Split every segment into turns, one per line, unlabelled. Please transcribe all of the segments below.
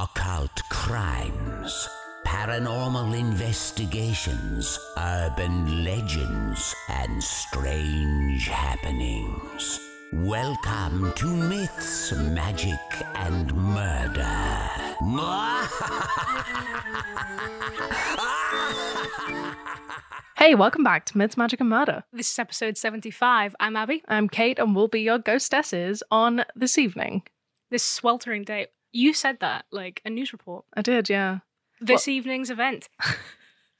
occult crimes, paranormal investigations, urban legends, and strange happenings. Welcome to Myths, Magic, and Murder.
Hey, welcome back to Mids Magic and Murder.
This is episode 75. I'm Abby.
I'm Kate and we'll be your ghostesses on this evening.
This sweltering day. You said that, like a news report.
I did, yeah.
This evening's event.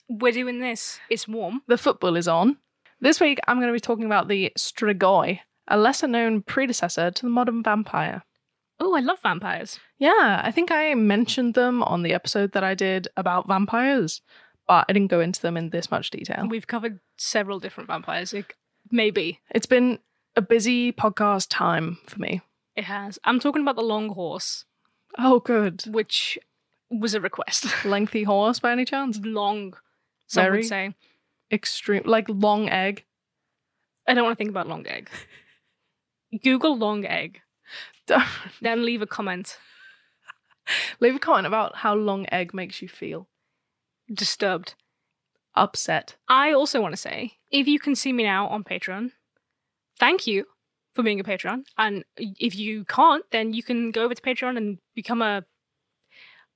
We're doing this. It's warm.
The football is on. This week I'm going to be talking about the Strigoi, a lesser known predecessor to the modern vampire.
Oh, I love vampires.
Yeah, I think I mentioned them on the episode that I did about vampires, but I didn't go into them in this much detail.
We've covered several different vampires. Like, maybe
It's been a busy podcast time for me.
it has. I'm talking about the long horse,
Oh, good.
which was a request.
Lengthy horse by any chance?
long, some
Very.
would say.
Extreme, like long egg.
I don't want to think about long egg. Google long egg, then leave a comment.
Leave a comment about how long egg makes you feel.
Disturbed.
Upset.
I also want to say, if you can see me now on Patreon, thank you for being a patron. And if you can't, then you can go over to Patreon and become a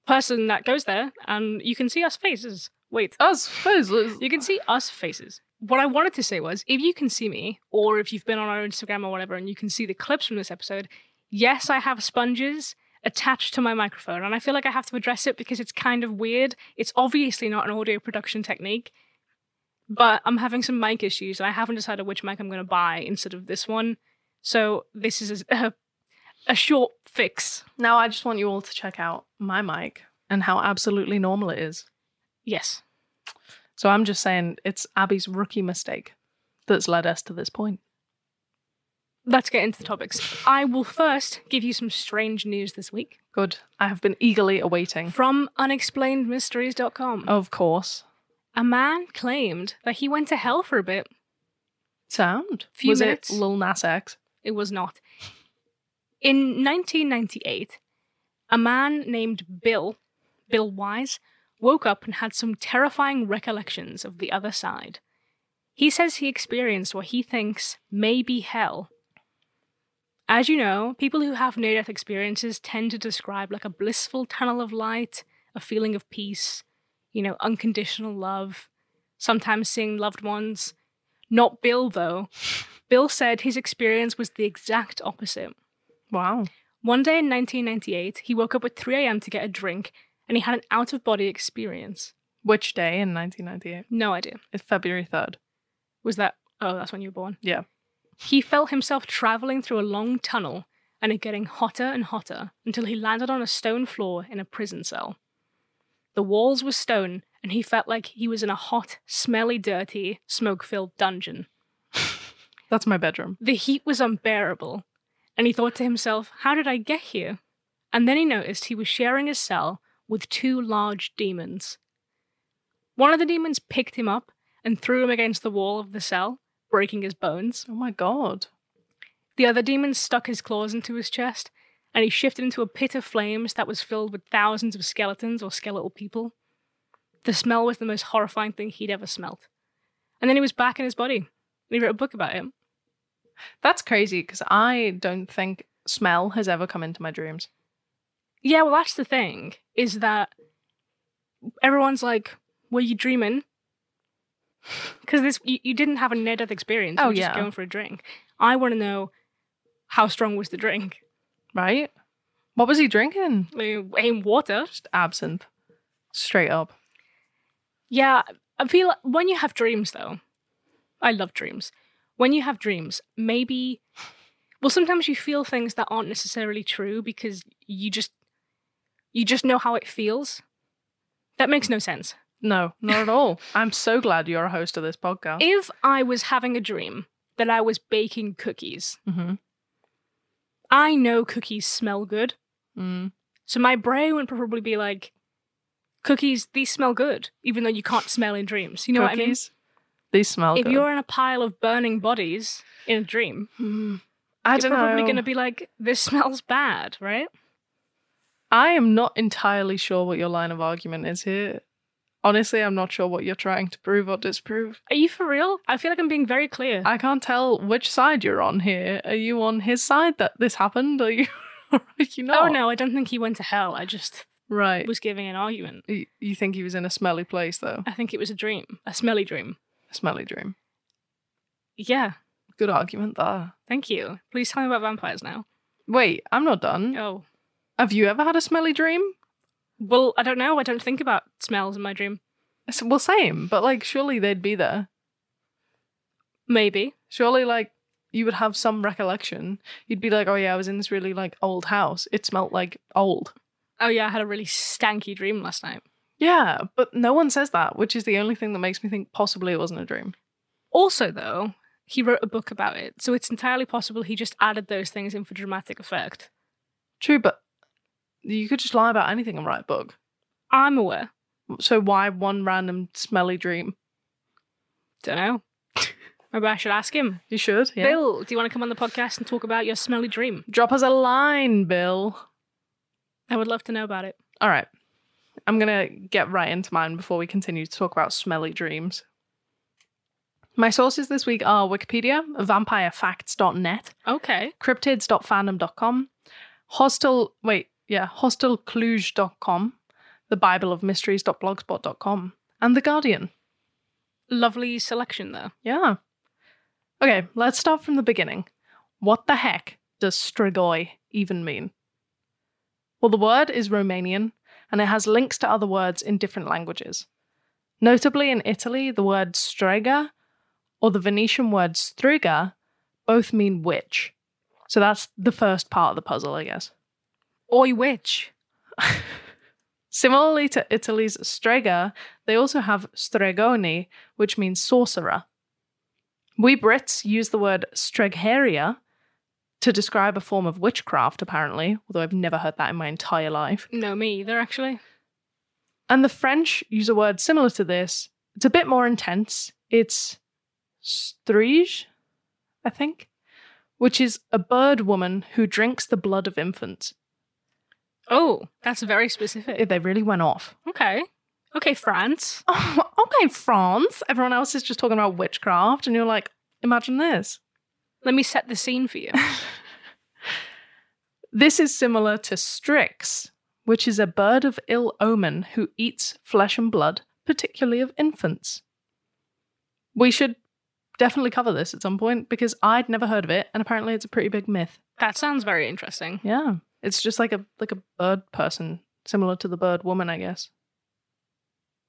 person that goes there, and you can see us faces. Wait,
Us faces.
you can see us faces. What I wanted to say was, if you can see me, or if you've been on our Instagram or whatever, and you can see the clips from this episode, yes, I have sponges attached to my microphone, and I feel like I have to address it because it's kind of weird. It's obviously not an audio production technique, but I'm having some mic issues, and I haven't decided which mic I'm going to buy instead of this one. So this is a, a short fix.
Now I just want you all to check out my mic and how absolutely normal it is.
Yes,
So I'm just saying it's Abby's rookie mistake that's led us to this point.
let's get into the topics. I will first give you some strange news this week.
Good. I have been eagerly awaiting.
From unexplainedmysteries.com,
Of course.
a man claimed that he went to hell for a bit.
Sound.
Few
Was
minutes.
it Lil Nas X?
It was not. In 1998, a man named Bill, Bill Wise, woke up and had some terrifying recollections of the other side. He says he experienced what he thinks may be hell. As you know, people who have near death experiences tend to describe like a blissful tunnel of light, a feeling of peace, you know, unconditional love, sometimes seeing loved ones. Not Bill, though. Bill said his experience was the exact opposite.
Wow.
One day in 1998, he woke up at 3 a.m. to get a drink and he had an out of body experience.
Which day in 1998?
No idea.
It's February 3rd.
Was that? Oh, that's when you were born.
Yeah.
He felt himself traveling through a long tunnel and it getting hotter and hotter until he landed on a stone floor in a prison cell. The walls were stone and he felt like he was in a hot, smelly, dirty, smoke filled dungeon.
That's my bedroom.
The heat was unbearable, and he thought to himself, How did I get here? And then he noticed he was sharing a cell with two large demons. One of the demons picked him up and threw him against the wall of the cell, breaking his bones.
Oh my god.
The other demon stuck his claws into his chest, and he shifted into a pit of flames that was filled with thousands of skeletons or skeletal people. The smell was the most horrifying thing he'd ever smelt. And then he was back in his body, and he wrote a book about it.
That's crazy because I don't think smell has ever come into my dreams.
Yeah, well, that's the thing is that everyone's like, "Were you dreaming?" Because this, you, you didn't have a near-death experience. you
Oh,
were just
yeah.
going for a drink. I want to know how strong was the drink?
Right? What was he drinking?
Like, aim water.
Just absinthe. Straight up.
Yeah, I feel like when you have dreams, though, I love dreams. When you have dreams, maybe, well, sometimes you feel things that aren't necessarily true because you just, you just know how it feels. That makes no sense.
No, not at all. I'm so glad you're a host of this podcast.
If I was having a dream that I was baking cookies,
hmm
I know cookies smell good.
mm.
So my brain would probably be like, cookies, these smell good, even though you can't smell in dreams. You know what I mean?
Cookies? These smell
if
good.
you're in a pile of burning bodies in a dream,
Mm. I
you're
don't
probably
know.
going to be like, this smells bad, right?
I am not entirely sure what your line of argument is here. Honestly, I'm not sure what you're trying to prove or disprove.
Are you for real? I feel like I'm being very clear.
I can't tell which side you're on here. Are you on his side that this happened? Are you? Are you
oh
not?
no, I don't think he went to hell. I just
Right.
was giving an argument.
You you think he was in a smelly place though?
I think it was a dream, a smelly dream.
A smelly dream.
Yeah,
Good argument there.
thank you. Please tell me about vampires now.
Wait, I'm not done.
Oh,
Have you ever had a smelly dream?
well, I don't know. I don't think about smells in my dream.
S- Well, same, but like surely they'd be there.
Maybe.
Surely, like you would have some recollection. You'd be like, oh yeah, I was in this really like old house. It smelt like old.
Oh yeah, I had a really stanky dream last night.
Yeah, but no one says that, which is the only thing that makes me think possibly it wasn't a dream.
Also, though, he wrote a book about it, so it's entirely possible he just added those things in for dramatic effect.
True, but you could just lie about anything and write a book.
I'm aware.
So why one random smelly dream?
Don't know. Maybe I should ask him.
You should. Yeah.
Bill, do you want to come on the podcast and talk about your smelly dream?
Drop us a line, Bill.
I would love to know about it.
All right. I'm going to get right into mine before we continue to talk about smelly dreams. My sources this week are Wikipedia, vampirefacts.net,
Okay.
cryptids.fandom.com, hostel, wait, yeah, hostelcluge.com, the Bible of Mysteries.blogspot.com, and The Guardian.
Lovely selection, though.
Yeah. Okay, let's start from the beginning. What the heck does strigoi even mean? Well, the word is Romanian and it has links to other words in different languages. Notably in Italy, the word strega or the Venetian word striga both mean witch. So that's the first part of the puzzle, I guess.
Oi, witch.
Similarly to Italy's strega, they also have stregoni, which means sorcerer. We Brits use the word stregheria to describe a form of witchcraft, apparently, although I've never heard that in my entire life.
No, me either, actually.
And the French use a word similar to this. It's a bit more intense. It's strige, I think, which is a bird woman who drinks the blood of infants.
Oh, that's very specific.
They really went off.
Okay. Okay, France.
oh, okay, France. Everyone else is just talking about witchcraft, and you're like, imagine this.
Let me set the scene for you.
This is similar to Strix, which is a bird of ill omen who eats flesh and blood, particularly of infants. We should definitely cover this at some point because I'd never heard of it, and apparently it's a pretty big myth.
that sounds very interesting.
Yeah, it's just like a like a bird person, similar to the bird woman, I guess.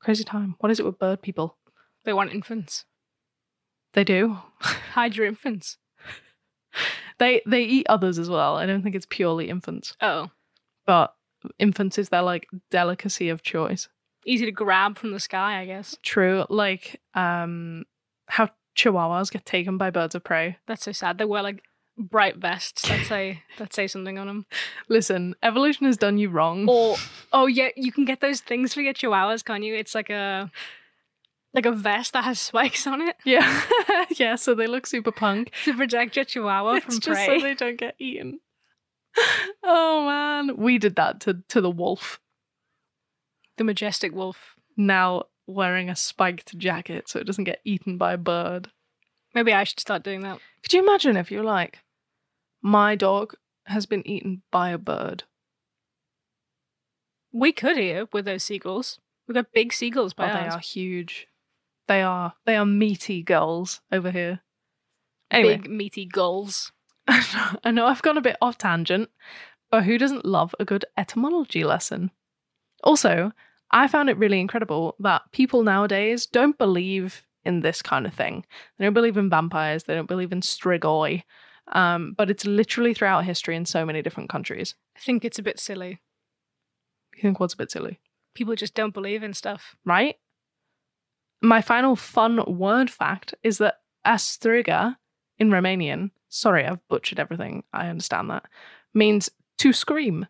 Crazy time. What is it with bird people?
They want infants.
They do.
Hide your infants.
They they eat others as well. I don't think it's purely infants,
Oh,
but infants is their like delicacy of choice.
easy to grab from the sky, I guess.
True, like um, how chihuahuas get taken by birds of prey.
That's so sad. They wear like bright vests that say that say something on them.
Listen, evolution has done you wrong.
Or oh yeah, you can get those things for your chihuahuas, can't you? It's like a like a vest that has spikes on it
yeah, yeah. So they look super punk.
to protect your chihuahua
it's
from
just
prey.
so they don't get eaten. oh man, we did that to to the wolf.
the majestic wolf.
Now wearing a spiked jacket so it doesn't get eaten by a bird.
Maybe I should start doing that.
Could you imagine if you're like, my dog has been eaten by a bird?
We could here with those seagulls. We've got big seagulls
Oh,
by
they
us.
are huge. They are they are meaty girls over here. Anyway,
Big meaty gulls.
I know I've gone a bit off tangent, but who doesn't love a good etymology lesson? Also, I found it really incredible that people nowadays don't believe in this kind of thing. They don't believe in vampires. They don't believe in strigoi. Um, but it's literally throughout history in so many different countries.
I think it's a bit silly.
You think what's a bit silly?
People just don't believe in stuff.
right? My final fun word fact is that astriga in Romanian, sorry, I've butchered everything, I understand that, means to scream.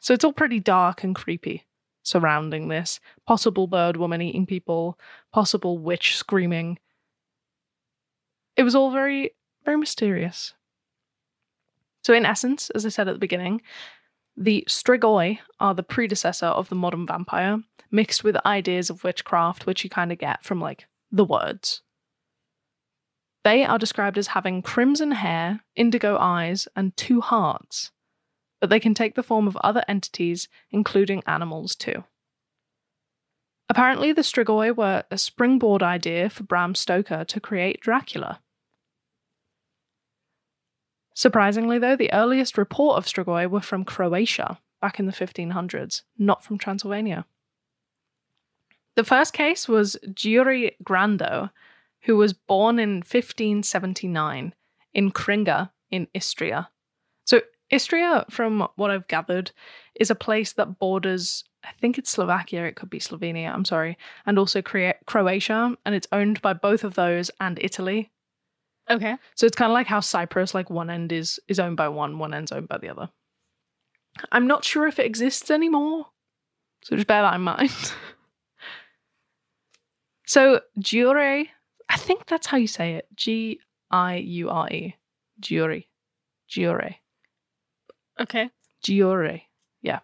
So it's all pretty dark and creepy surrounding this possible bird woman eating people, possible witch screaming. It was all very, very mysterious. So, in essence, as I said at the beginning, The Strigoi are the predecessor of the modern vampire, mixed with ideas of witchcraft, which you kind of get from like the words. They are described as having crimson hair, indigo eyes, and two hearts, but they can take the form of other entities, including animals too. Apparently, the Strigoi were a springboard idea for Bram Stoker to create Dracula. Surprisingly, though, the earliest report of Strigoi were from Croatia back in the 1500s, not from Transylvania. The first case was Giuri Grando, who was born in 1579 in Kringa in Istria. So, Istria, from what I've gathered, is a place that borders, I think it's Slovakia, it could be Slovenia, I'm sorry, and also Cre- Croatia, and it's owned by both of those and Italy.
Okay.
So it's kind of like how Cyprus, like one end is is owned by one, one end's owned by the other. I'm not sure if it exists anymore, so just bear that in mind. so Giure, I think that's how you say it. G I U R E, Giure, Giure,
Okay.
Giure. Yeah,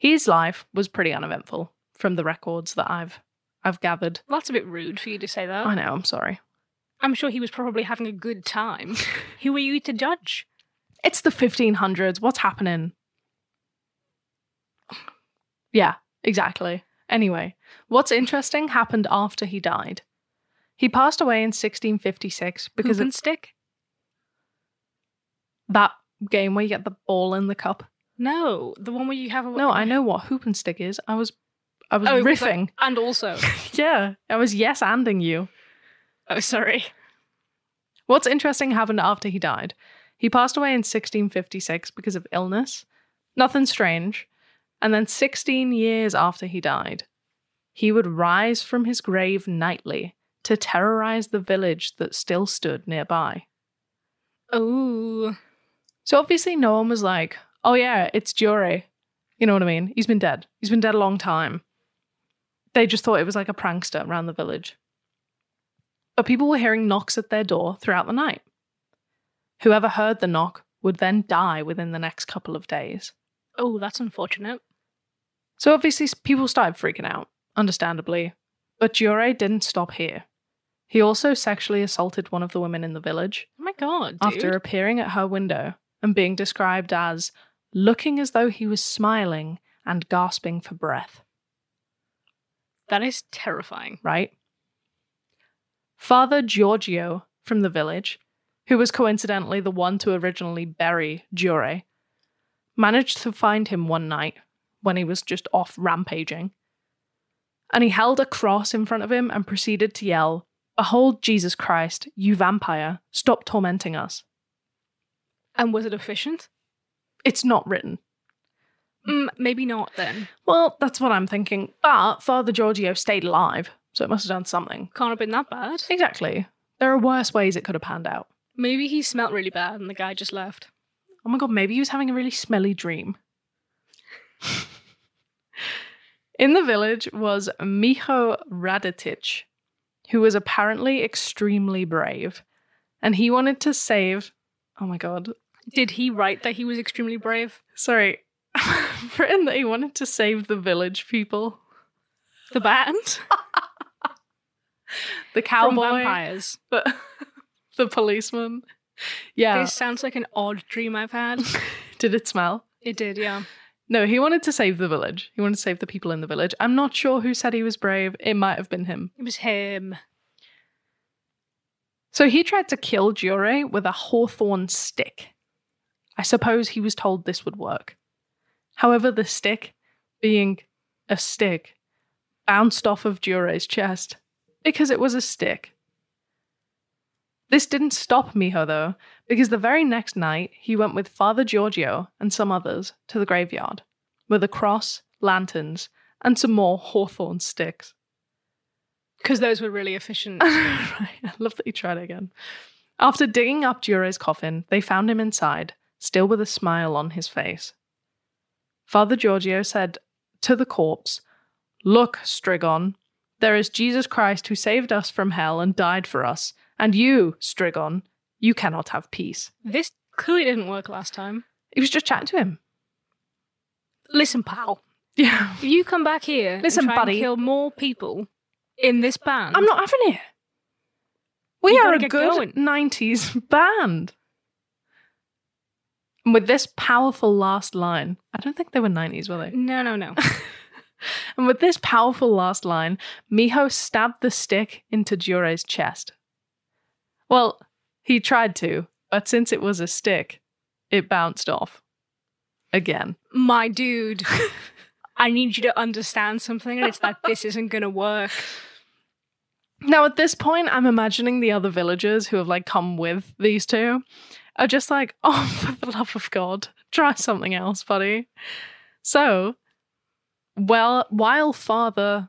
his life was pretty uneventful from the records that I've I've gathered.
Well, that's a bit rude for you to say that.
I know. I'm sorry.
I'm sure he was probably having a good time. Who are you to judge?
It's the 1500s. What's happening? Yeah, exactly. Anyway, what's interesting happened after he died. He passed away in 1656 because
Hoop and
it's
stick?
that game where you get the ball in the cup.
No, the one where you have a
No, I know what hoop and stick is. I was, I was
Oh, it was
riffing.
And also,
yeah, I was yes anding you.
oh sorry.
What's interesting happened after he died. He passed away in 1656 because of illness. Nothing strange. And then 16 years after he died, he would rise from his grave nightly to terrorize the village that still stood nearby.
Oh,
So obviously, no one was like, oh, yeah, it's Jure. You know what I mean? He's been dead. He's been dead a long time. They just thought it was like a prankster around the village. But people were hearing knocks at their door throughout the night. Whoever heard the knock would then die within the next couple of days.
oh, that's unfortunate.
So obviously, s- people started freaking out, understandably. But Jure didn't stop here. He also sexually assaulted one of the women in the village
Oh my god, dude.
after appearing at her window and being described as looking as though he was smiling and gasping for breath,
that is terrifying.
right? Father Giorgio from the village, who was coincidentally the one to originally bury Jure, managed to find him one night when he was just off rampaging. And he held a cross in front of him and proceeded to yell, Behold Jesus Christ, you vampire, stop tormenting us.
And was it efficient?
It's not written.
Mm, maybe not then.
Well, that's what I'm thinking. But Father Giorgio stayed alive, so it must have done something.
Can't have been that bad.
Exactly. There are worse ways it could have panned out.
Maybe he smelt really bad and the guy just left.
Oh my god, maybe he was having a really smelly dream. In the village was Miho Radetich, who was apparently extremely brave, and he wanted to save. Oh my god,
Did he write that he was extremely brave?
sorry. I've written that he wanted to save the village people,
The band?
the
From
cowboy,
vampires.
the, the policeman. Yeah.
This sounds like an odd dream I've had.
Did it smell?
it did, yeah.
No, he wanted to save the village. He wanted to save the people in the village. I'm not sure who said he was brave. It might have been him.
It was him.
So he tried to kill Jure with a hawthorn stick. I suppose he was told this would work. However, the stick, being a stick, bounced off of Jure's chest because it was a stick. This didn't stop Miho, though, because the very next night he went with Father Giorgio and some others to the graveyard with a cross, lanterns, and some more hawthorn sticks.
Because those were really efficient.
right. I love that you tried it again. After digging up Duro's coffin, they found him inside, still with a smile on his face. Father Giorgio said to the corpse, Look, Strigon, there is Jesus Christ who saved us from hell and died for us, and you, Strigon, you cannot have peace.
this clearly didn't work last time.
He was just chatting to him.
Listen, pal.
Yeah.
If you come back here, and
Listen,
try
buddy.
and kill more people in this band.
I'm not having it. We
You
are
gotta
a
get
good
going.
90s band. And with this powerful last line, I don't think they were 90s, were they?
No, no, no.
And with this powerful last line, Miho stabbed the stick into Jure's chest. Well, he tried to, but since it was a stick, it bounced off. Again.
My dude, I need you to understand something, and it's that this isn't going to work.
Now, at this point, I'm imagining the other villagers who have like come with these two are just like, oh, for the love of God, try something else, buddy. So, well, while father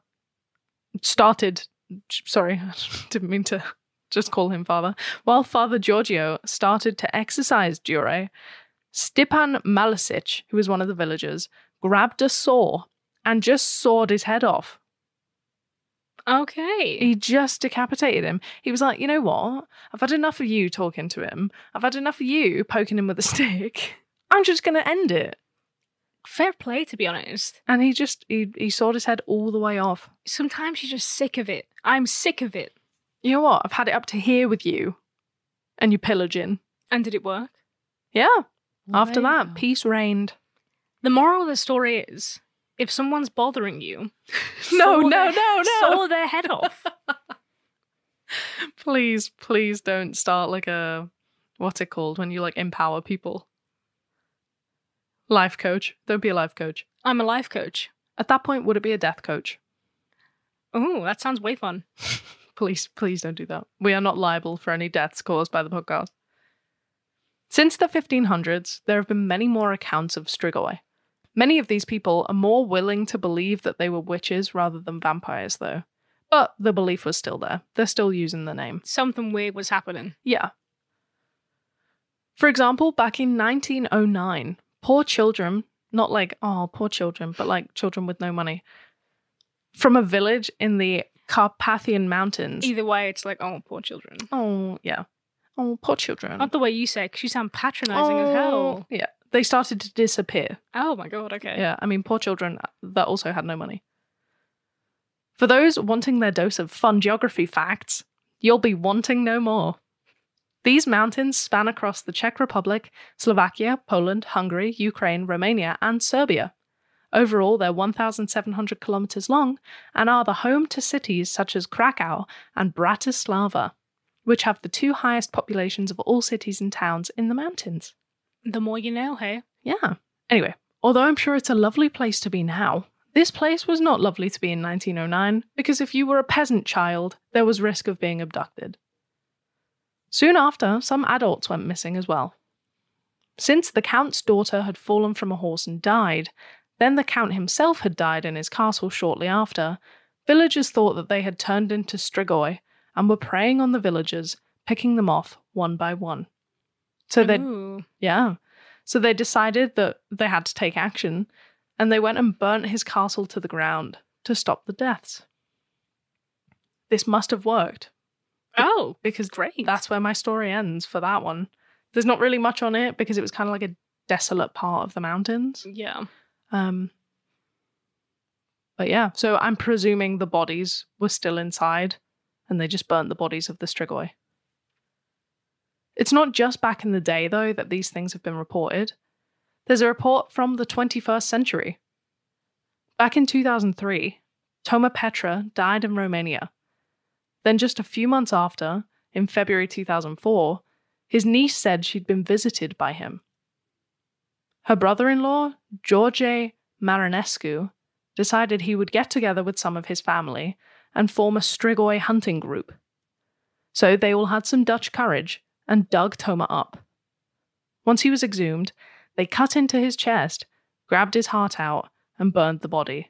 started, sorry, I didn't mean to just call him father, while father Giorgio started to exercise Dure, Stepan Malisic, who was one of the villagers, grabbed a saw and just sawed his head off
Okay.
he just decapitated him. He was like, you know what? I've had enough of you talking to him. I've had enough of you poking him with a stick. I'm just going to end it.
Fair play, to be honest.
And he just he he sawed his head all the way off.
Sometimes you're just sick of it. I'm sick of it.
You know what? I've had it up to here with you, and you pillaging.
And did it work?
Yeah. After
Wow.
that, peace reigned.
The moral of the story is if someone's bothering you,
No,
saw
no,
their-
no, no.
saw their head off.
Please, please don't start like a what's it called when you like empower people. Life coach. Don't be a life coach.
I'm a life coach.
At that point, would it be a death coach?
Oh, that sounds way fun.
Please, please don't do that. We are not liable for any deaths caused by the podcast. Since the 1500s, there have been many more accounts of Strigoi. Many of these people are more willing to believe that they were witches rather than vampires, though. But the belief was still there. They're still using the name.
Something weird was happening.
Yeah. For example, back in 1909, poor children, not like, oh, poor children, but like children with no money, from a village in the Carpathian Mountains.
Either way, it's like, oh, poor children.
Oh, yeah. Oh, poor children.
Not the way you say, 'cause you sound patronizing as
Oh,
hell.
Yeah. They started to disappear.
Oh my god, okay.
Yeah. I mean, poor children uh, that also had no money. For those wanting their dose of fun geography facts, you'll be wanting no more. These mountains span across the Czech Republic, Slovakia, Poland, Hungary, Ukraine, Romania, and Serbia. Overall, they're 1,700 kilometers long and are the home to cities such as Krakow and Bratislava, which have the two highest populations of all cities and towns in the mountains.
The more you know, hey?
Yeah. Anyway, although I'm sure it's a lovely place to be now, this place was not lovely to be in 1909 because if you were a peasant child, there was risk of being abducted. Soon after, some adults went missing as well. Since the Count's daughter had fallen from a horse and died, then the Count himself had died in his castle shortly after, villagers thought that they had turned into strigoi and were preying on the villagers, picking them off one by one. So they
Ooh.
yeah. So they decided that they had to take action and they went and burnt his castle to the ground to stop the deaths. This must have worked
Oh,
because
great.
that's where my story ends for that one. There's not really much on it because it was kind of like a desolate part of the mountains.
yeah.
Um But yeah, so I'm presuming the bodies were still inside and they just burnt the bodies of the strigoi. It's not just back in the day though that these things have been reported. There's a report from the 21st century. Back in 2003, Toma Petra died in Romania. Then just a few months after, in February 2004, his niece said she'd been visited by him. Her brother in law, George Marinescu, decided he would get together with some of his family and form a Strigoi hunting group. So they all had some Dutch courage and dug Toma up. Once he was exhumed, they cut into his chest, grabbed his heart out, and burned the body.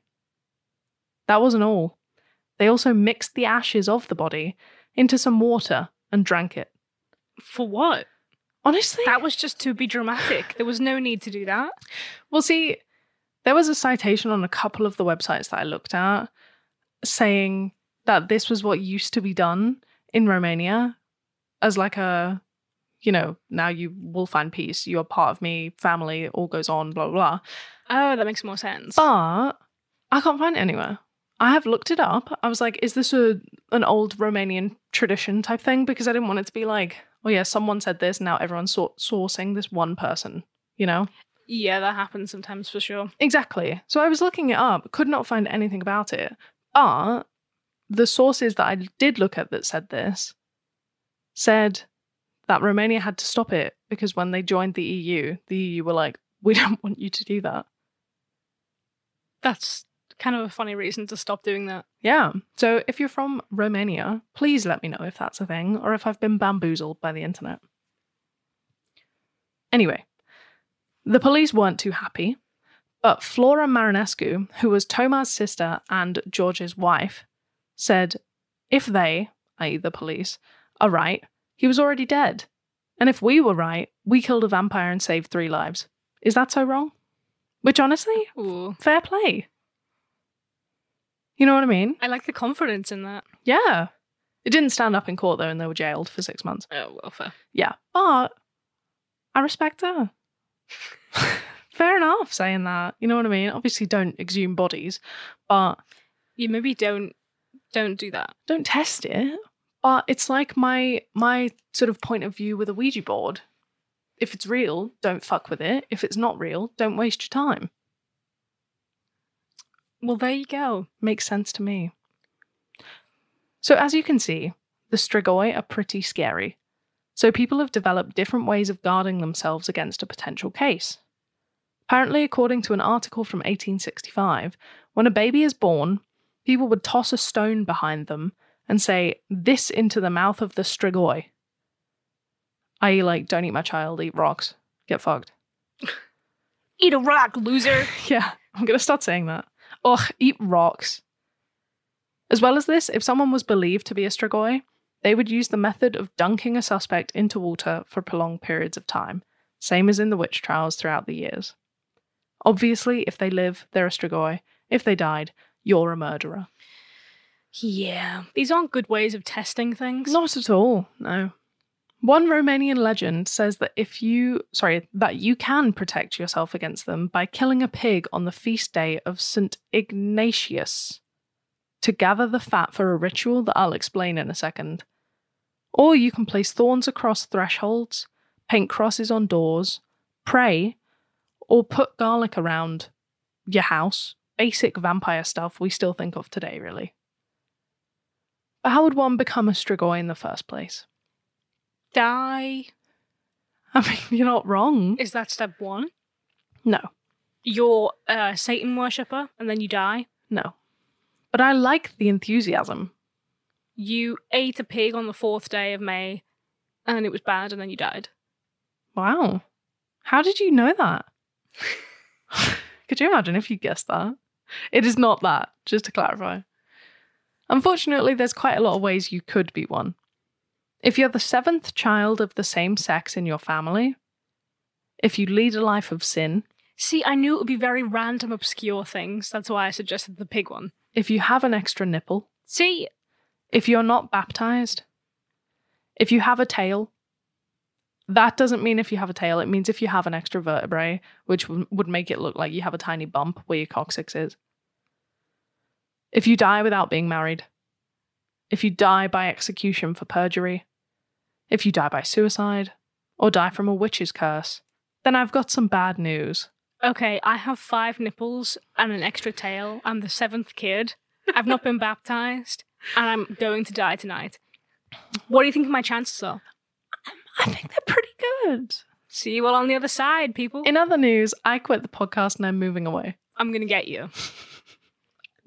That wasn't all. They also mixed the ashes of the body into some water and drank it.
For what?
Honestly,
That was just to be dramatic. There was no need to do that.
Well, see, there was a citation on a couple of the websites that I looked at saying that this was what used to be done in Romania as like a, you know, now you will find peace, you're part of me, family, all goes on, blah, blah, blah.
Oh, that makes more sense.
But I can't find it anywhere. I have looked it up. I was like, is this a an old Romanian tradition type thing? Because I didn't want it to be like, oh yeah, someone said this, now everyone's sor- sourcing this one person, you know?
yeah, that happens sometimes for sure.
Exactly. So I was looking it up, could not find anything about it. But the sources that I did look at that said this said that Romania had to stop it because when they joined the EU, the EU were like, we don't want you to do that.
That's kind of a funny reason to stop doing that.
Yeah. So if you're from Romania, please let me know if that's a thing or if I've been bamboozled by the internet. Anyway, the police weren't too happy, but Flora Marinescu, who was Toma's sister and George's wife, said if they, i.e., the police, are right, he was already dead. And if we were right, we killed a vampire and saved three lives. Is that so wrong? Which honestly,
Ooh.
fair play. You know what I mean?
I like the confidence in that.
Yeah. It didn't stand up in court though, and they were jailed for six months.
Oh, well, fair.
Yeah. But I respect her. Fair enough saying that. You know what I mean? Obviously don't exhume bodies, but
You maybe don't don't do that.
don't test it. But it's like my my sort of point of view with a Ouija board. If it's real, don't fuck with it. If it's not real, don't waste your time.
Well, there you go.
Makes sense to me. So, as you can see, the Strigoi are pretty scary. So, people have developed different ways of guarding themselves against a potential case. Apparently, according to an article from 1865, when a baby is born, people would toss a stone behind them and say, This into the mouth of the Strigoi. I.e., like, don't eat my child, eat rocks, get fucked.
Eat a rock, loser.
Yeah, I'm going to start saying that. Ugh, eat rocks. As well as this, if someone was believed to be a Strigoi, they would use the method of dunking a suspect into water for prolonged periods of time, same as in the witch trials throughout the years. Obviously, if they live, they're a Strigoi. If they died, you're a murderer.
yeah. These aren't good ways of testing things.
Not at all, no. One Romanian legend says that if you, sorry, that you can protect yourself against them by killing a pig on the feast day of St. Ignatius to gather the fat for a ritual that I'll explain in a second. Or you can place thorns across thresholds, paint crosses on doors, pray, or put garlic around your house. Basic vampire stuff we still think of today, really. But how would one become a Strigoi in the first place?
Die.
I mean, you're not wrong.
Is that step one?
No,
You're a Satan worshipper and then you die.
no. But I like the enthusiasm.
You ate a pig on the fourth day of May and it was bad and then you died.
Wow. How did you know that? Could you imagine if you guessed that? It is not that, just to clarify. Unfortunately, there's quite a lot of ways you could be one. If you're the seventh child of the same sex in your family, if you lead a life of sin,
See, I knew it would be very random, obscure things. That's why I suggested the pig one.
if you have an extra nipple,
See,
if you're not baptized, if you have a tail, that doesn't mean if you have a tail. It means if you have an extra vertebrae, which w- would make it look like you have a tiny bump where your coccyx is. If you die without being married, if you die by execution for perjury, if you die by suicide, or die from a witch's curse, then I've got some bad news.
okay, I have five nipples and an extra tail. I'm the seventh kid. I've not been baptized and I'm going to die tonight. What do you think my chances are?
I think they're pretty good.
See you all on the other side, people.
In other news, I quit the podcast and I'm moving away.
I'm going to get you.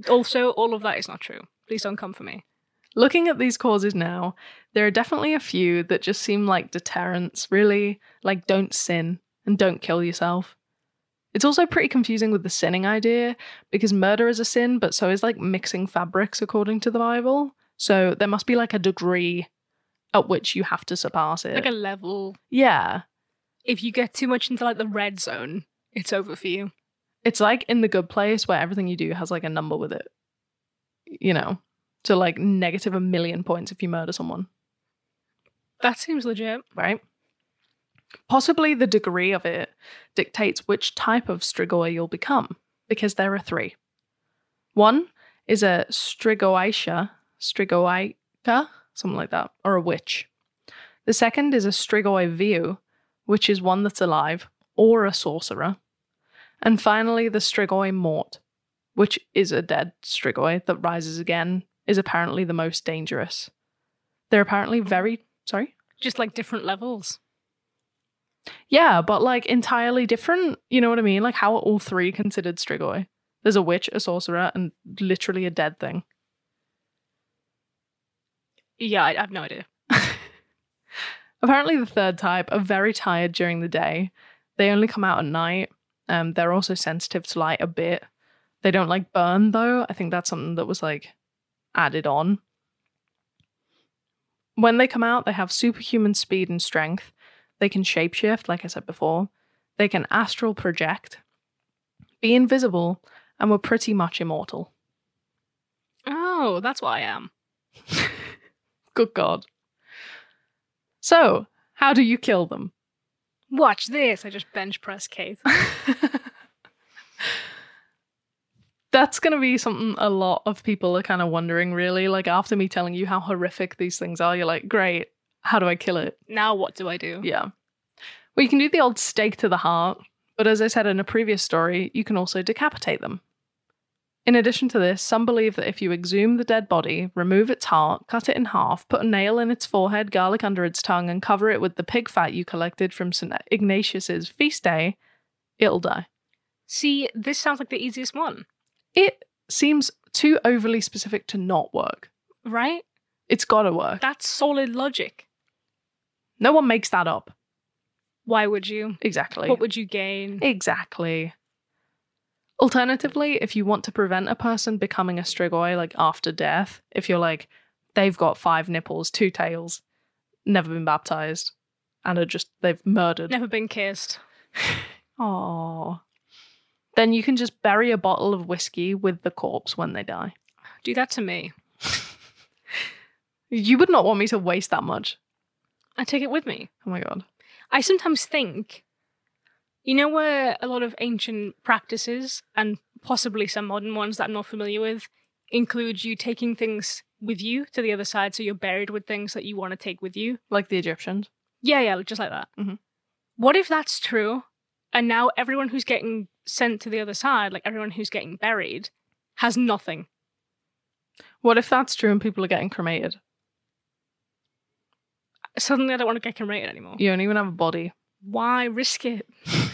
also, all of that is not true. Please don't come for me.
Looking at these causes now, there are definitely a few that just seem like deterrents, really, like don't sin and don't kill yourself. It's also pretty confusing with the sinning idea because murder is a sin, but so is like mixing fabrics according to the Bible. So there must be like a degree at which you have to surpass it.
Like a level.
yeah.
If you get too much into like the red zone, it's over for you.
It's like in the good place where everything you do has like a number with it. You know, to like negative a million points if you murder someone.
That seems legit.
right? Possibly the degree of it dictates which type of strigoi you'll become, because there are three. One is a strigoitia, strigoica, something like that, or a witch. The second is a strigoi view, which is one that's alive, or a sorcerer. And finally, the strigoi mort, which is a dead strigoi that rises again, is apparently the most dangerous. They're apparently very, sorry?
Just like different levels.
Yeah, but like entirely different. You know what I mean? Like, how are all three considered Strigoi? There's a witch, a sorcerer, and literally a dead thing.
Yeah, I, I have no idea.
Apparently, the third type are very tired during the day. They only come out at night. Um, they're also sensitive to light a bit. They don't like burn, though. I think that's something that was like added on. When they come out, they have superhuman speed and strength. They can shapeshift, like I said before. They can astral project, be invisible, and were pretty much immortal.
Oh, that's what I am.
Good God. So, how do you kill them?
Watch this. I just bench press Kate.
That's going to be something a lot of people are kind of wondering, really. Like, after me telling you how horrific these things are, you're like, great, how do I kill it?
now what do I do?
Yeah. Well, you can do the old stake to the heart, but as I said in a previous story, you can also decapitate them. In addition to this, some believe that if you exhume the dead body, remove its heart, cut it in half, put a nail in its forehead, garlic under its tongue, and cover it with the pig fat you collected from St. Ignatius's feast day, it'll die.
See, this sounds like the easiest one,
It seems too overly specific to not work.
right?
It's gotta work.
That's solid logic.
No one makes that up.
Why would you?
Exactly.
What would you gain?
Exactly. Alternatively, if you want to prevent a person becoming a strigoi like after death, if you're like they've got five nipples, two tails, never been baptized, and are just they've murdered.
Never been kissed.
Oh. Then you can just bury a bottle of whiskey with the corpse when they die.
Do that to me.
You would not want me to waste that much.
I take it with me.
Oh my god.
I sometimes think, you know, where a lot of ancient practices and possibly some modern ones that I'm not familiar with include you taking things with you to the other side, so you're buried with things that you want to take with you.
Like the Egyptians.
Yeah, yeah, just like that.
Mhm.
What if that's true? And now everyone who's getting sent to the other side, like everyone who's getting buried, has nothing.
What if that's true and people are getting cremated?
Suddenly, I don't want to get cremated anymore.
You don't even have a body.
Why risk it?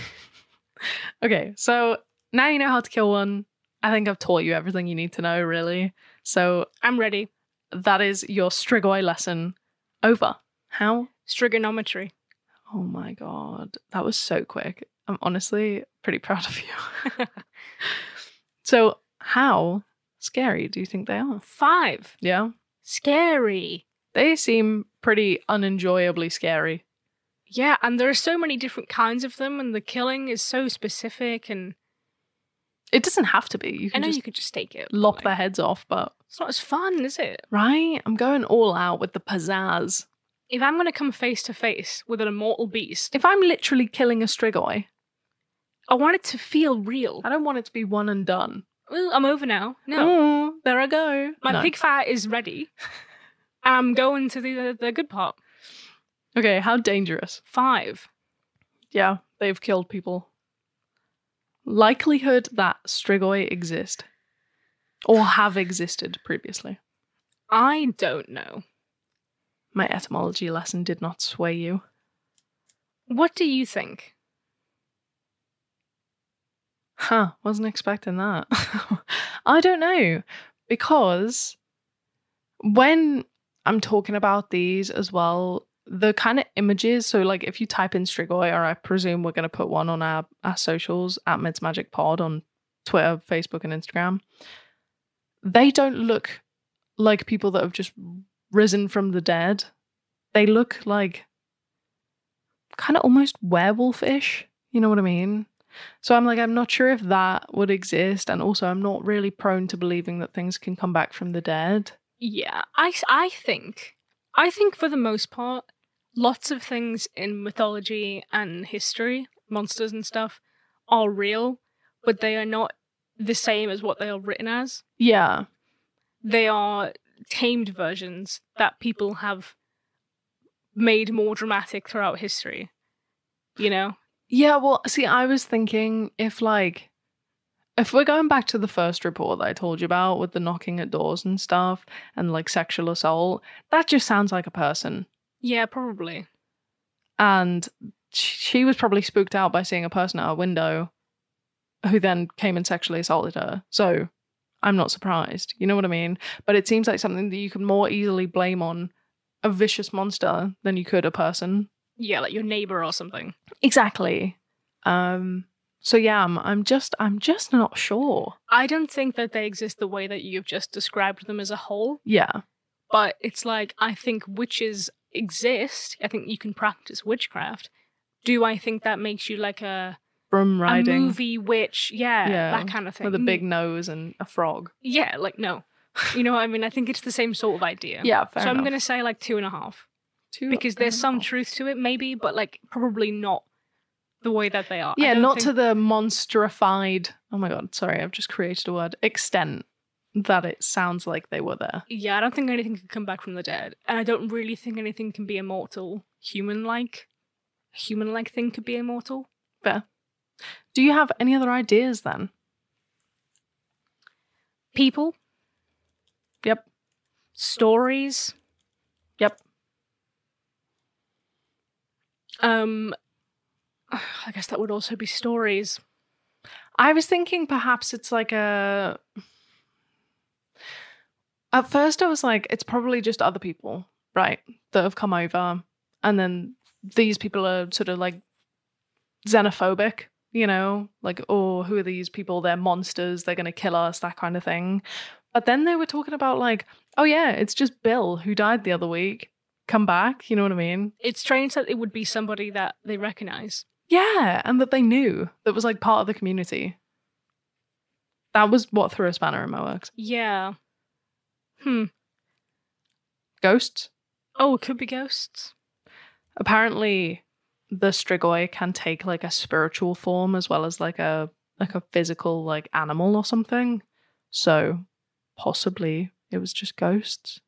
Okay, so now you know how to kill one. I think I've taught you everything you need to know, really. So
I'm ready.
that is your strigoi lesson over. How?
Strigonometry.
Oh my god, that was so quick. I'm honestly pretty proud of you. so, how scary do you think they are?
Five.
Yeah,
Scary.
they seem pretty unenjoyably scary.
Yeah, and there are so many different kinds of them, and the killing is so specific. And
It doesn't have to be. You
I
can
know
just
you could just take it. but,
lop
like,
their heads off, but
It's not as fun, is it?
right, I'm going all out with the pizzazz.
If I'm going to come face to face with an immortal beast,
If I'm literally killing a strigoi,
I want it to feel real.
I don't want it to be one and done.
Well, I'm over now. No.
Oh, there I go.
My
No.
pig fat is ready. and I'm going to the the good part.
Okay, how dangerous?
Five.
Yeah, they've killed people. Likelihood that strigoi exist or have existed previously.
I don't know.
My etymology lesson did not sway you.
What do you think?
Huh, wasn't expecting that. I don't know because when I'm talking about these as well, the kind of images. So, like, if you type in Strigoi, or I presume we're going to put one on our, our socials at Mids Magic Pod on Twitter, Facebook, and Instagram, they don't look like people that have just risen from the dead. They look like kind of almost werewolf ish. You know what I mean? So I'm like, I'm not sure if that would exist. And also, I'm not really prone to believing that things can come back from the dead.
Yeah, I, s- I think I think for the most part, lots of things in mythology and history, monsters and stuff, are real, but they are not the same as what they are written as.
Yeah.
They are tamed versions that people have made more dramatic throughout history. You know?
Yeah, well, see, I was thinking if, like, if we're going back to the first report that I told you about with the knocking at doors and stuff and, like, sexual assault, that just sounds like a person.
Yeah, probably.
And sh- she was probably spooked out by seeing a person at her window who then came and sexually assaulted her. So I'm not surprised. You know what I mean? But it seems like something that you could more easily blame on a vicious monster than you could a person.
Yeah, like your neighbor or something.
Exactly. Um so yeah, I'm, I'm just I'm just not sure.
I don't think that they exist the way that you've just described them as a whole,
Yeah.
but it's like I think witches exist. I think you can practice witchcraft. Do I think that makes you like a,
Broom
a
riding
movie witch? Yeah,
Yeah,
that kind of thing. Mm,
with a big nose and a frog.
Yeah, like no. You know what I mean? I think it's the same sort of idea.
Yeah, fair
So I'm
enough.
going to say like two and a half
Two-
because there's
oh.
some truth to it, maybe, but like probably not the way that they are. I
Yeah,
don't
not
think-
to the monsterified. Oh my god, sorry, I've just created a word. Extent that it sounds like they were there.
Yeah, I don't think anything can come back from the dead, and I don't really think anything can be immortal. Human-like, human-like thing could be immortal.
Do you have any other ideas then?
People,
Yep.
stories,
Yep.
um, I guess that would also be stories.
I was thinking perhaps it's like a. At first, I was like, it's probably just other people, right, that have come over. And then these people are sort of like xenophobic, you know, like, oh, who are these people? They're monsters. They're going to kill us, that kind of thing. But then they were talking about, like, oh, yeah, it's just Bill who died the other week. Come back. You know what I mean?
It's strange that it would be somebody that they recognize.
Yeah, and that they knew that was like part of the community. That was what threw a spanner in my works.
Yeah. Hmm.
Ghosts.
Oh, it could be ghosts.
Apparently, the strigoi can take like a spiritual form as well as like a like a physical like animal or something. So possibly it was just ghosts.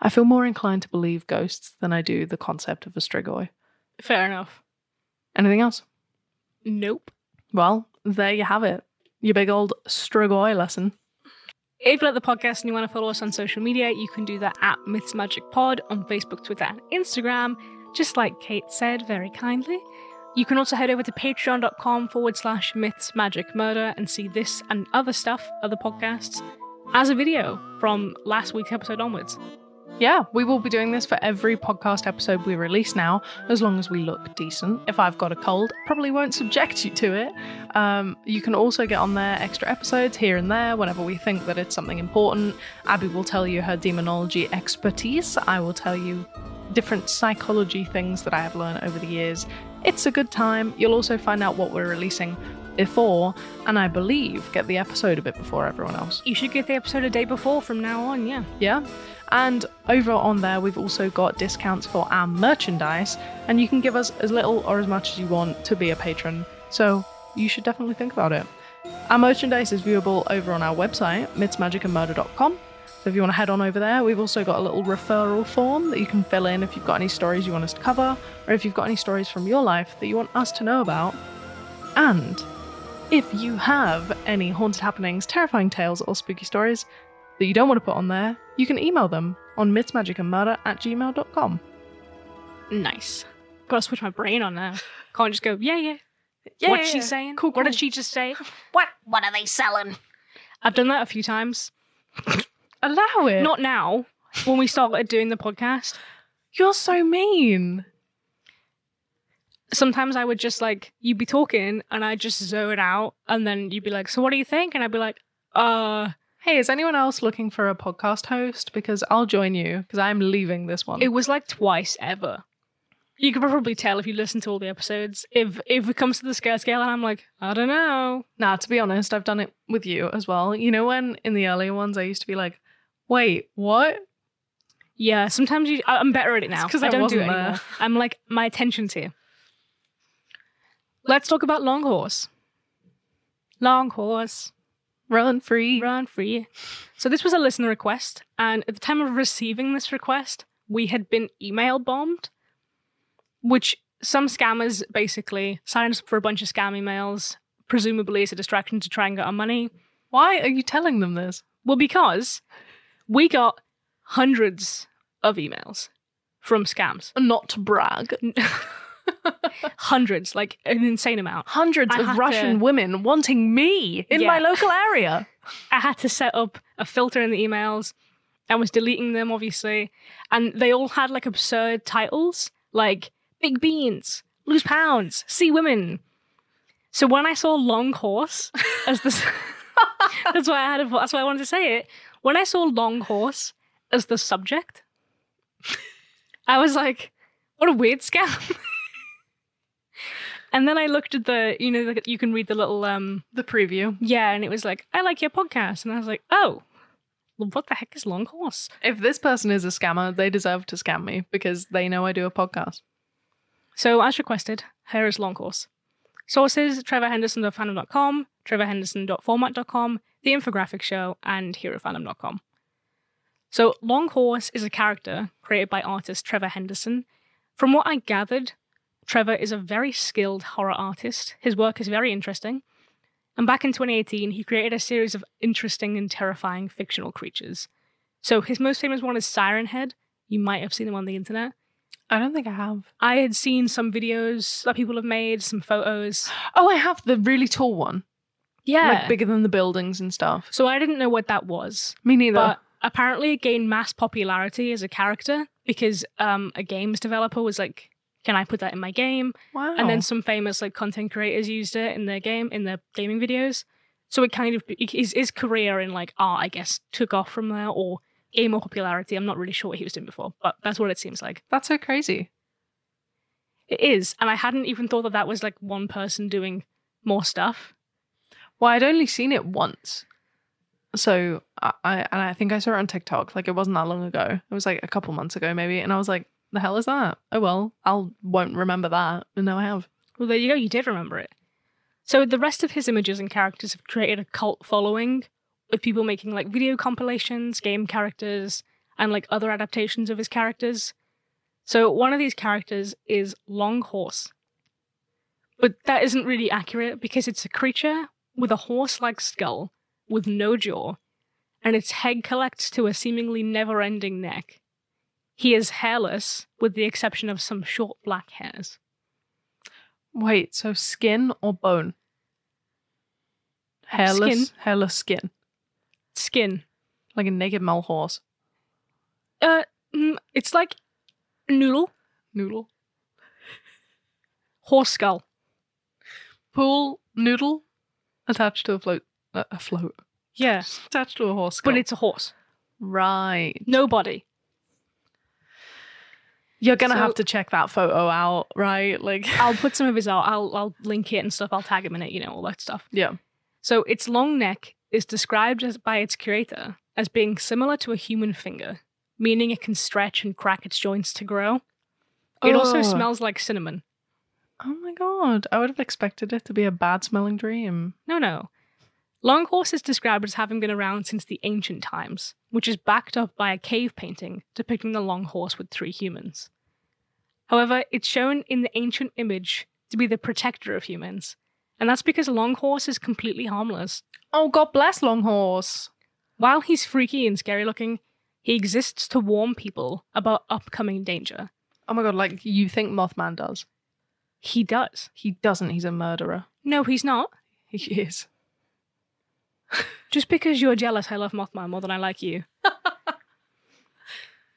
I feel more inclined to believe ghosts than I do the concept of a strigoi.
Fair enough.
Anything else?
Nope.
Well, there you have it. Your big old strigoi lesson.
If you like the podcast and you want to follow us on social media, you can do that at Myths Magic Pod on Facebook, Twitter, and Instagram, just like Kate said very kindly. You can also head over to patreon.com forward slash myths magic murder and see this and other stuff, other podcasts, as a video from last week's episode onwards.
Yeah, we will be doing this for every podcast episode we release now, as long as we look decent. If I've got a cold, probably won't subject you to it. Um, you can also get on there extra episodes here and there whenever we think that it's something important. Abby will tell you her demonology expertise. I will tell you different psychology things that I have learned over the years. It's a good time. You'll also find out what we're releasing before, and I believe get the episode a bit before everyone else.
You should get the episode a day before from now on, yeah.
Yeah. And over on there, we've also got discounts for our merchandise, and you can give us as little or as much as you want to be a patron. So you should definitely think about it. Our merchandise is viewable over on our website, mythsmagicandmurder.com. So if you want to head on over there, we've also got a little referral form that you can fill in if you've got any stories you want us to cover, or if you've got any stories from your life that you want us to know about. And if you have any haunted happenings, terrifying tales, or spooky stories, that you don't want to put on there, you can email them on mythsmagicandmurder at gmail.com.
Nice. Gotta switch my brain on now. Can't just go, yeah, yeah.
Yeah,
What's she
yeah.
saying?
Cool,
What did
cool.
she just say?
What? What are they selling?
I've done that a few times.
Allow it.
Not now, when we started doing the podcast.
You're so mean.
Sometimes I would just like, you'd be talking and I'd just zone out. And then you'd be like, So what do you think? And I'd be like, Uh,
Hey, is anyone else looking for a podcast host? Because I'll join you because I'm leaving this one.
it was like twice ever. You could probably tell if you listen to all the episodes. If if it comes to the scare scale and I'm like, I don't know.
nah, to be honest, I've done it with you as well. You know when in the earlier ones I used to be like, wait, what?
Yeah, sometimes you, I- I'm better at it now.
'cause
I
I
don't do
wasn't
it
there.
anymore. I'm like my attention's here. Let's talk about long horse. Long horse,
Run free.
run free. So this was a listener request, and at the time of receiving this request, we had been email bombed, which some scammers basically signed us up for a bunch of scam emails, presumably as a distraction to try and get our money.
Why are you telling them this?
Well, because we got hundreds of emails from scams.
Not to brag.
hundreds, like an insane amount.
Hundreds
I had
of Russian
to-
women wanting me in
Yeah.
my local area.
I had to set up a filter in the emails and was deleting them, obviously. And they all had like absurd titles like Big Beans, Lose Pounds, See Women. So when I saw Long Horse as the that's why I had a, that's why I wanted to say it. When I saw Long Horse as the subject, I was like, what a weird scam. and then I looked at the, you know, the, you can read the little um
The preview.
yeah, and it was like, I like your podcast. And I was like, oh, well, what the heck is Long Horse?
If this person is a scammer, they deserve to scam me because they know I do a podcast.
So, as requested, here is Long Horse. Sources trevorhenderson.fandom.com, trevorhenderson.format.com, The Infographic Show, and herofandom.com. So, Long Horse is a character created by artist Trevor Henderson. From what I gathered, Trevor is a very skilled horror artist. His work is very interesting. And back in 2018, he created a series of interesting and terrifying fictional creatures. So, his most famous one is Siren Head. You might have seen him on the internet.
I don't think I have.
I had seen some videos that people have made, some photos.
Oh, I have the really tall one. Like bigger than the buildings and stuff.
so I didn't know what that was,
Me neither.
but apparently it gained mass popularity as a character because um, a games developer was like, "Can I put that in my game?"
wow.
And then some famous like content creators used it in their game in their gaming videos. So it kind of his, his career in like art, I guess, took off from there or gained more popularity. I'm not really sure what he was doing before, but that's what it seems like.
that's so crazy.
It is, and I hadn't even thought that that was like one person doing more stuff.
Well, I'd only seen it once. So I, I and I think I saw it on TikTok. Like it wasn't that long ago. It was like a couple months ago maybe. And I was like, the hell is that? Oh well, I'll won't remember that. And now I have.
Well, there you go. You did remember it. So the rest of his images and characters have created a cult following with people making like video compilations, game characters, and like other adaptations of his characters. So one of these characters is Long Horse. But that isn't really accurate because it's a creature with a horse like skull with no jaw, and its head collects to a seemingly never ending neck. He is hairless with the exception of some short black hairs.
Wait, so skin or bone? Hairless
Skin.
hairless skin.
Skin
Like a naked mole horse.
Uh, mm, it's like noodle,
Noodle.
horse skull.
Pool noodle attached to a float uh, a float.
Yeah,
Attached to a horse.
but
skull.
it's a horse.
right.
No body.
You're gonna
So-
have to check that photo out, right? Like
I'll put some of his out. I'll I'll link it and stuff. I'll tag him in it. You know all that stuff.
Yeah.
So its long neck is described as, by its curator as being similar to a human finger, meaning it can stretch and crack its joints to grow. It also
Ugh.
smells like cinnamon.
Oh my god. I would have expected it to be a bad smelling dream.
No, no. Long horse is described as having been around since the ancient times, which is backed up by a cave painting depicting the long horse with three humans. However, it's shown in the ancient image to be the protector of humans, and that's because long horse is completely harmless.
Oh god bless long horse.
While he's freaky and scary looking, he exists to warn people about upcoming danger.
Oh my god, like you think Mothman does.
He does.
He doesn't, he's a murderer.
No, he's not.
He is.
Just because you're jealous, I love Mothman more than I like you.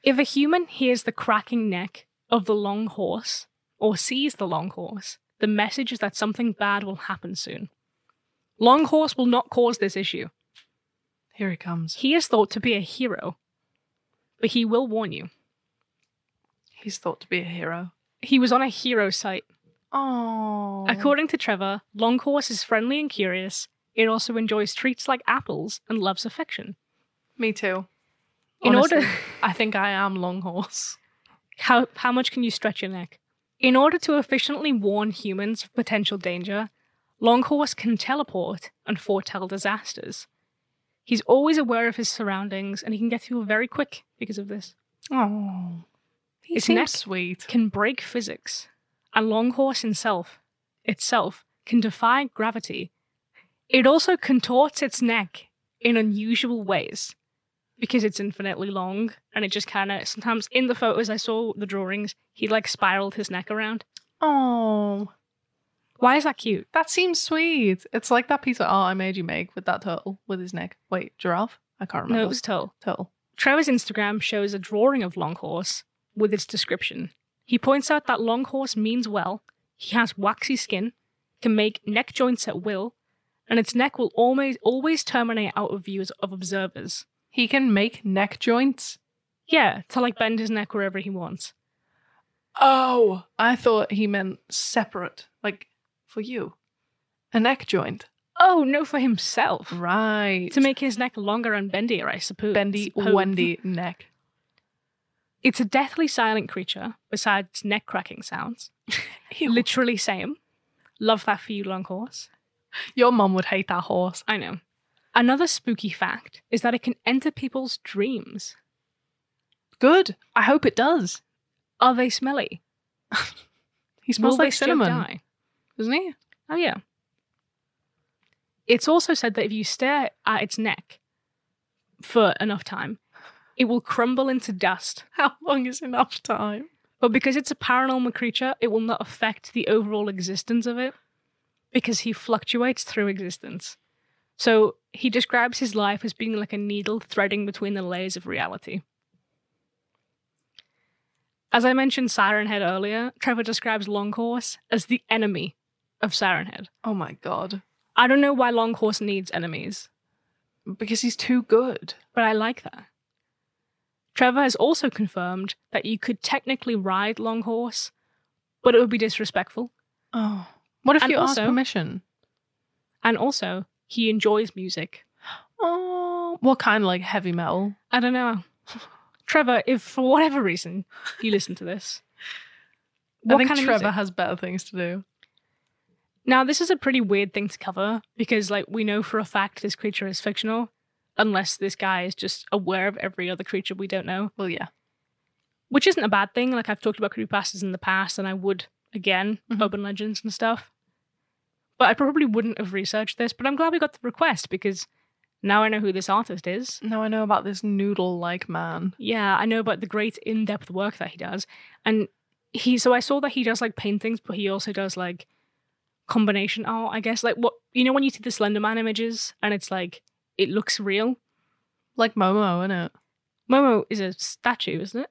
if a human hears the cracking neck of the long horse or sees the long horse, the message is that something bad will happen soon. Long horse will not cause this issue.
Here he comes.
He is thought to be a hero, but he will warn you.
He's thought to be a hero.
He was on a hero site.
Oh
According to Trevor, Long Horse is friendly and curious. It also enjoys treats like apples and loves affection.
me too.
In
Honestly,
order,
I think I am long horse.
how how much can you stretch your neck? In order to efficiently warn humans of potential danger, Longhorse can teleport and foretell disasters. He's always aware of his surroundings, and he can get through very quick because of this.
Oh, he
His
seems
neck-
sweet.
Can break physics, and Longhorse himself itself can defy gravity. It also contorts its neck in unusual ways because it's infinitely long, and it just kind of sometimes in the photos I saw the drawings, he like spiraled his neck around.
Oh,
Why is that cute?
that seems sweet. It's like that piece of art I made you make with that turtle with his neck. Wait, giraffe? I can't remember.
No, it was Tull.
turtle.
Trevor's Instagram shows a drawing of Longhorse with its description. He points out that Longhorse means well, he has waxy skin, can make neck joints at will, and its neck will always always terminate out of views of observers.
He can make neck joints.
Yeah, to like bend his neck wherever he wants.
Oh, I thought he meant separate, like for you, a neck joint.
Oh, no, for himself.
Right.
To make his neck longer and bendier, I suppose.
bendy,
Suppose.
wendy neck.
It's a deathly silent creature, besides neck cracking sounds.
Ew.
Literally same. Love that for you, Longhorse.
Your mum would hate that horse.
I know. Another spooky fact is that it can enter people's dreams.
Good. I hope it does.
Are they smelly?
He smells
Will they
like
still
cinnamon,
die?
doesn't he?
Oh yeah. It's also said that if you stare at its neck for enough time, it will crumble into dust.
How long is enough time?
But because it's a paranormal creature, it will not affect the overall existence of it because he fluctuates through existence. So he describes his life as being like a needle threading between the layers of reality. As I mentioned Siren Head earlier, Trevor describes Longhorse as the enemy of Siren Head.
Oh my god.
I don't know why Longhorse needs enemies,
Because he's too good.
but I like that. Trevor has also confirmed that you could technically ride Longhorse, but it would be disrespectful.
Oh. What if
And
you
also-
ask permission?
And also, he enjoys music.
Oh. What kind like heavy metal?
I don't know. Trevor, if for whatever reason you listen to this,
I think
kind of
Trevor
music?
has better things to do.
Now, this is a pretty weird thing to cover because, like, we know for a fact this creature is fictional, unless this guy is just aware of every other creature we don't know,
Well, yeah.
which isn't a bad thing. Like, I've talked about creepypastas in the past, and I would again,
Mhm.
urban legends and stuff. But I probably wouldn't have researched this, but I'm glad we got the request because now I know who this artist is.
Now I know about this noodle like man.
Yeah, I know about the great in-depth work that he does. And he so I saw that he does like paintings, but he also does like combination art, I guess. Like what you know when you see the Slender Man images and it's like it looks real.
Like Momo, isn't it?
Momo is a statue, isn't it?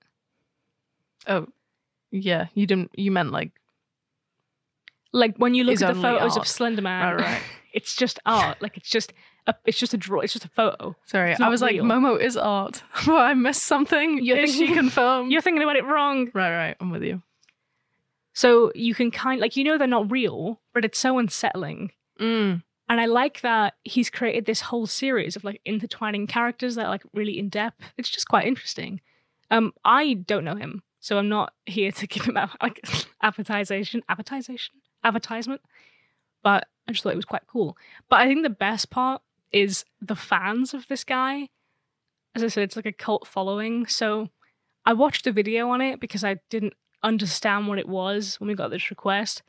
Oh. Yeah. You didn't you meant like
Like when you look
It's
at the
only
photos of
art.
Slender Man,
Right, right.
it's just art. Like it's just a it's just a draw, it's just a photo.
Sorry,
It's
I
not
was like,
real.
Momo is art. well, I missed something.
You're
is she
thinking-
confirmed?
You're thinking about it wrong.
Right, right. I'm with you.
So you can kind like you know they're not real, but it's so unsettling.
Mm.
And I like that he's created this whole series of like intertwining characters that are like really in depth. It's just quite interesting. Um, I don't know him, so I'm not here to give him a- like advertisation, advertisation, advertisement. But I just thought it was quite cool. But I think the best part is the fans of this guy. As I said, it's like a cult following. So I watched a video on it because I didn't understand what it was when we got this request.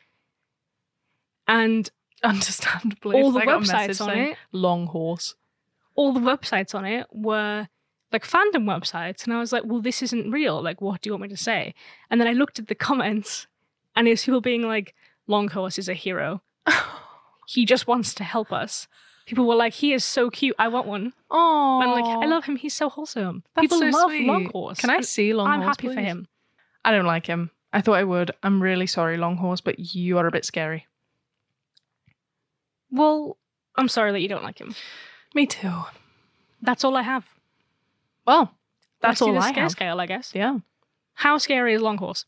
And
Understandably.
all
if
the
I got a
websites
message
on
saying,
it
Long horse.
all the websites on it were like fandom websites and i was like well this isn't real like what do you want me to say and then i looked at the comments and there's people being like longhorse is a hero he just wants to help us people were like he is so cute i want one
Oh,
and i'm like i love him he's so wholesome
That's
people
so
love
sweet.
longhorse
Can I
and
see long
i'm
horse?
happy for
please?
him
I don't like him. I thought I would. I'm really sorry, long horse, but you are a bit scary.
well i'm sorry that you don't like him
Me too.
that's all i have
Well, that's
Let's do
all
the
I
scare
have.
scale i guess
Yeah.
how scary is longhorse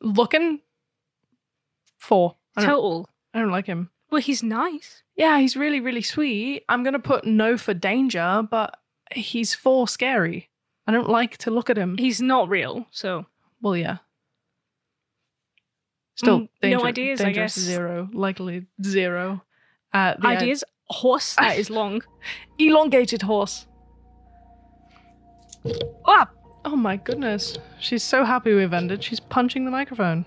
Looking four. I don't,
total
I don't like him.
well he's nice
Yeah, he's really, really sweet. I'm gonna put no for danger, but he's four scary. I don't like to look at him.
He's not real, so
Well, yeah. Mm, Still,
Mm, no
danger,
ideas, I
dangerous
guess.
Zero, likely zero. Uh, the i-
ideas. Horse that is long.
elongated horse.
Ah,
Oh my goodness. She's so happy we've ended. She's punching the microphone.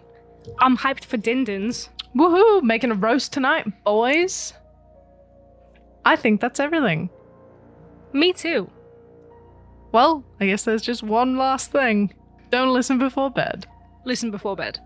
I'm hyped for dindins.
Woohoo! Making a roast tonight, boys. I think that's everything.
Me too.
Well, I guess there's just one last thing. Don't listen before bed.
Listen before bed.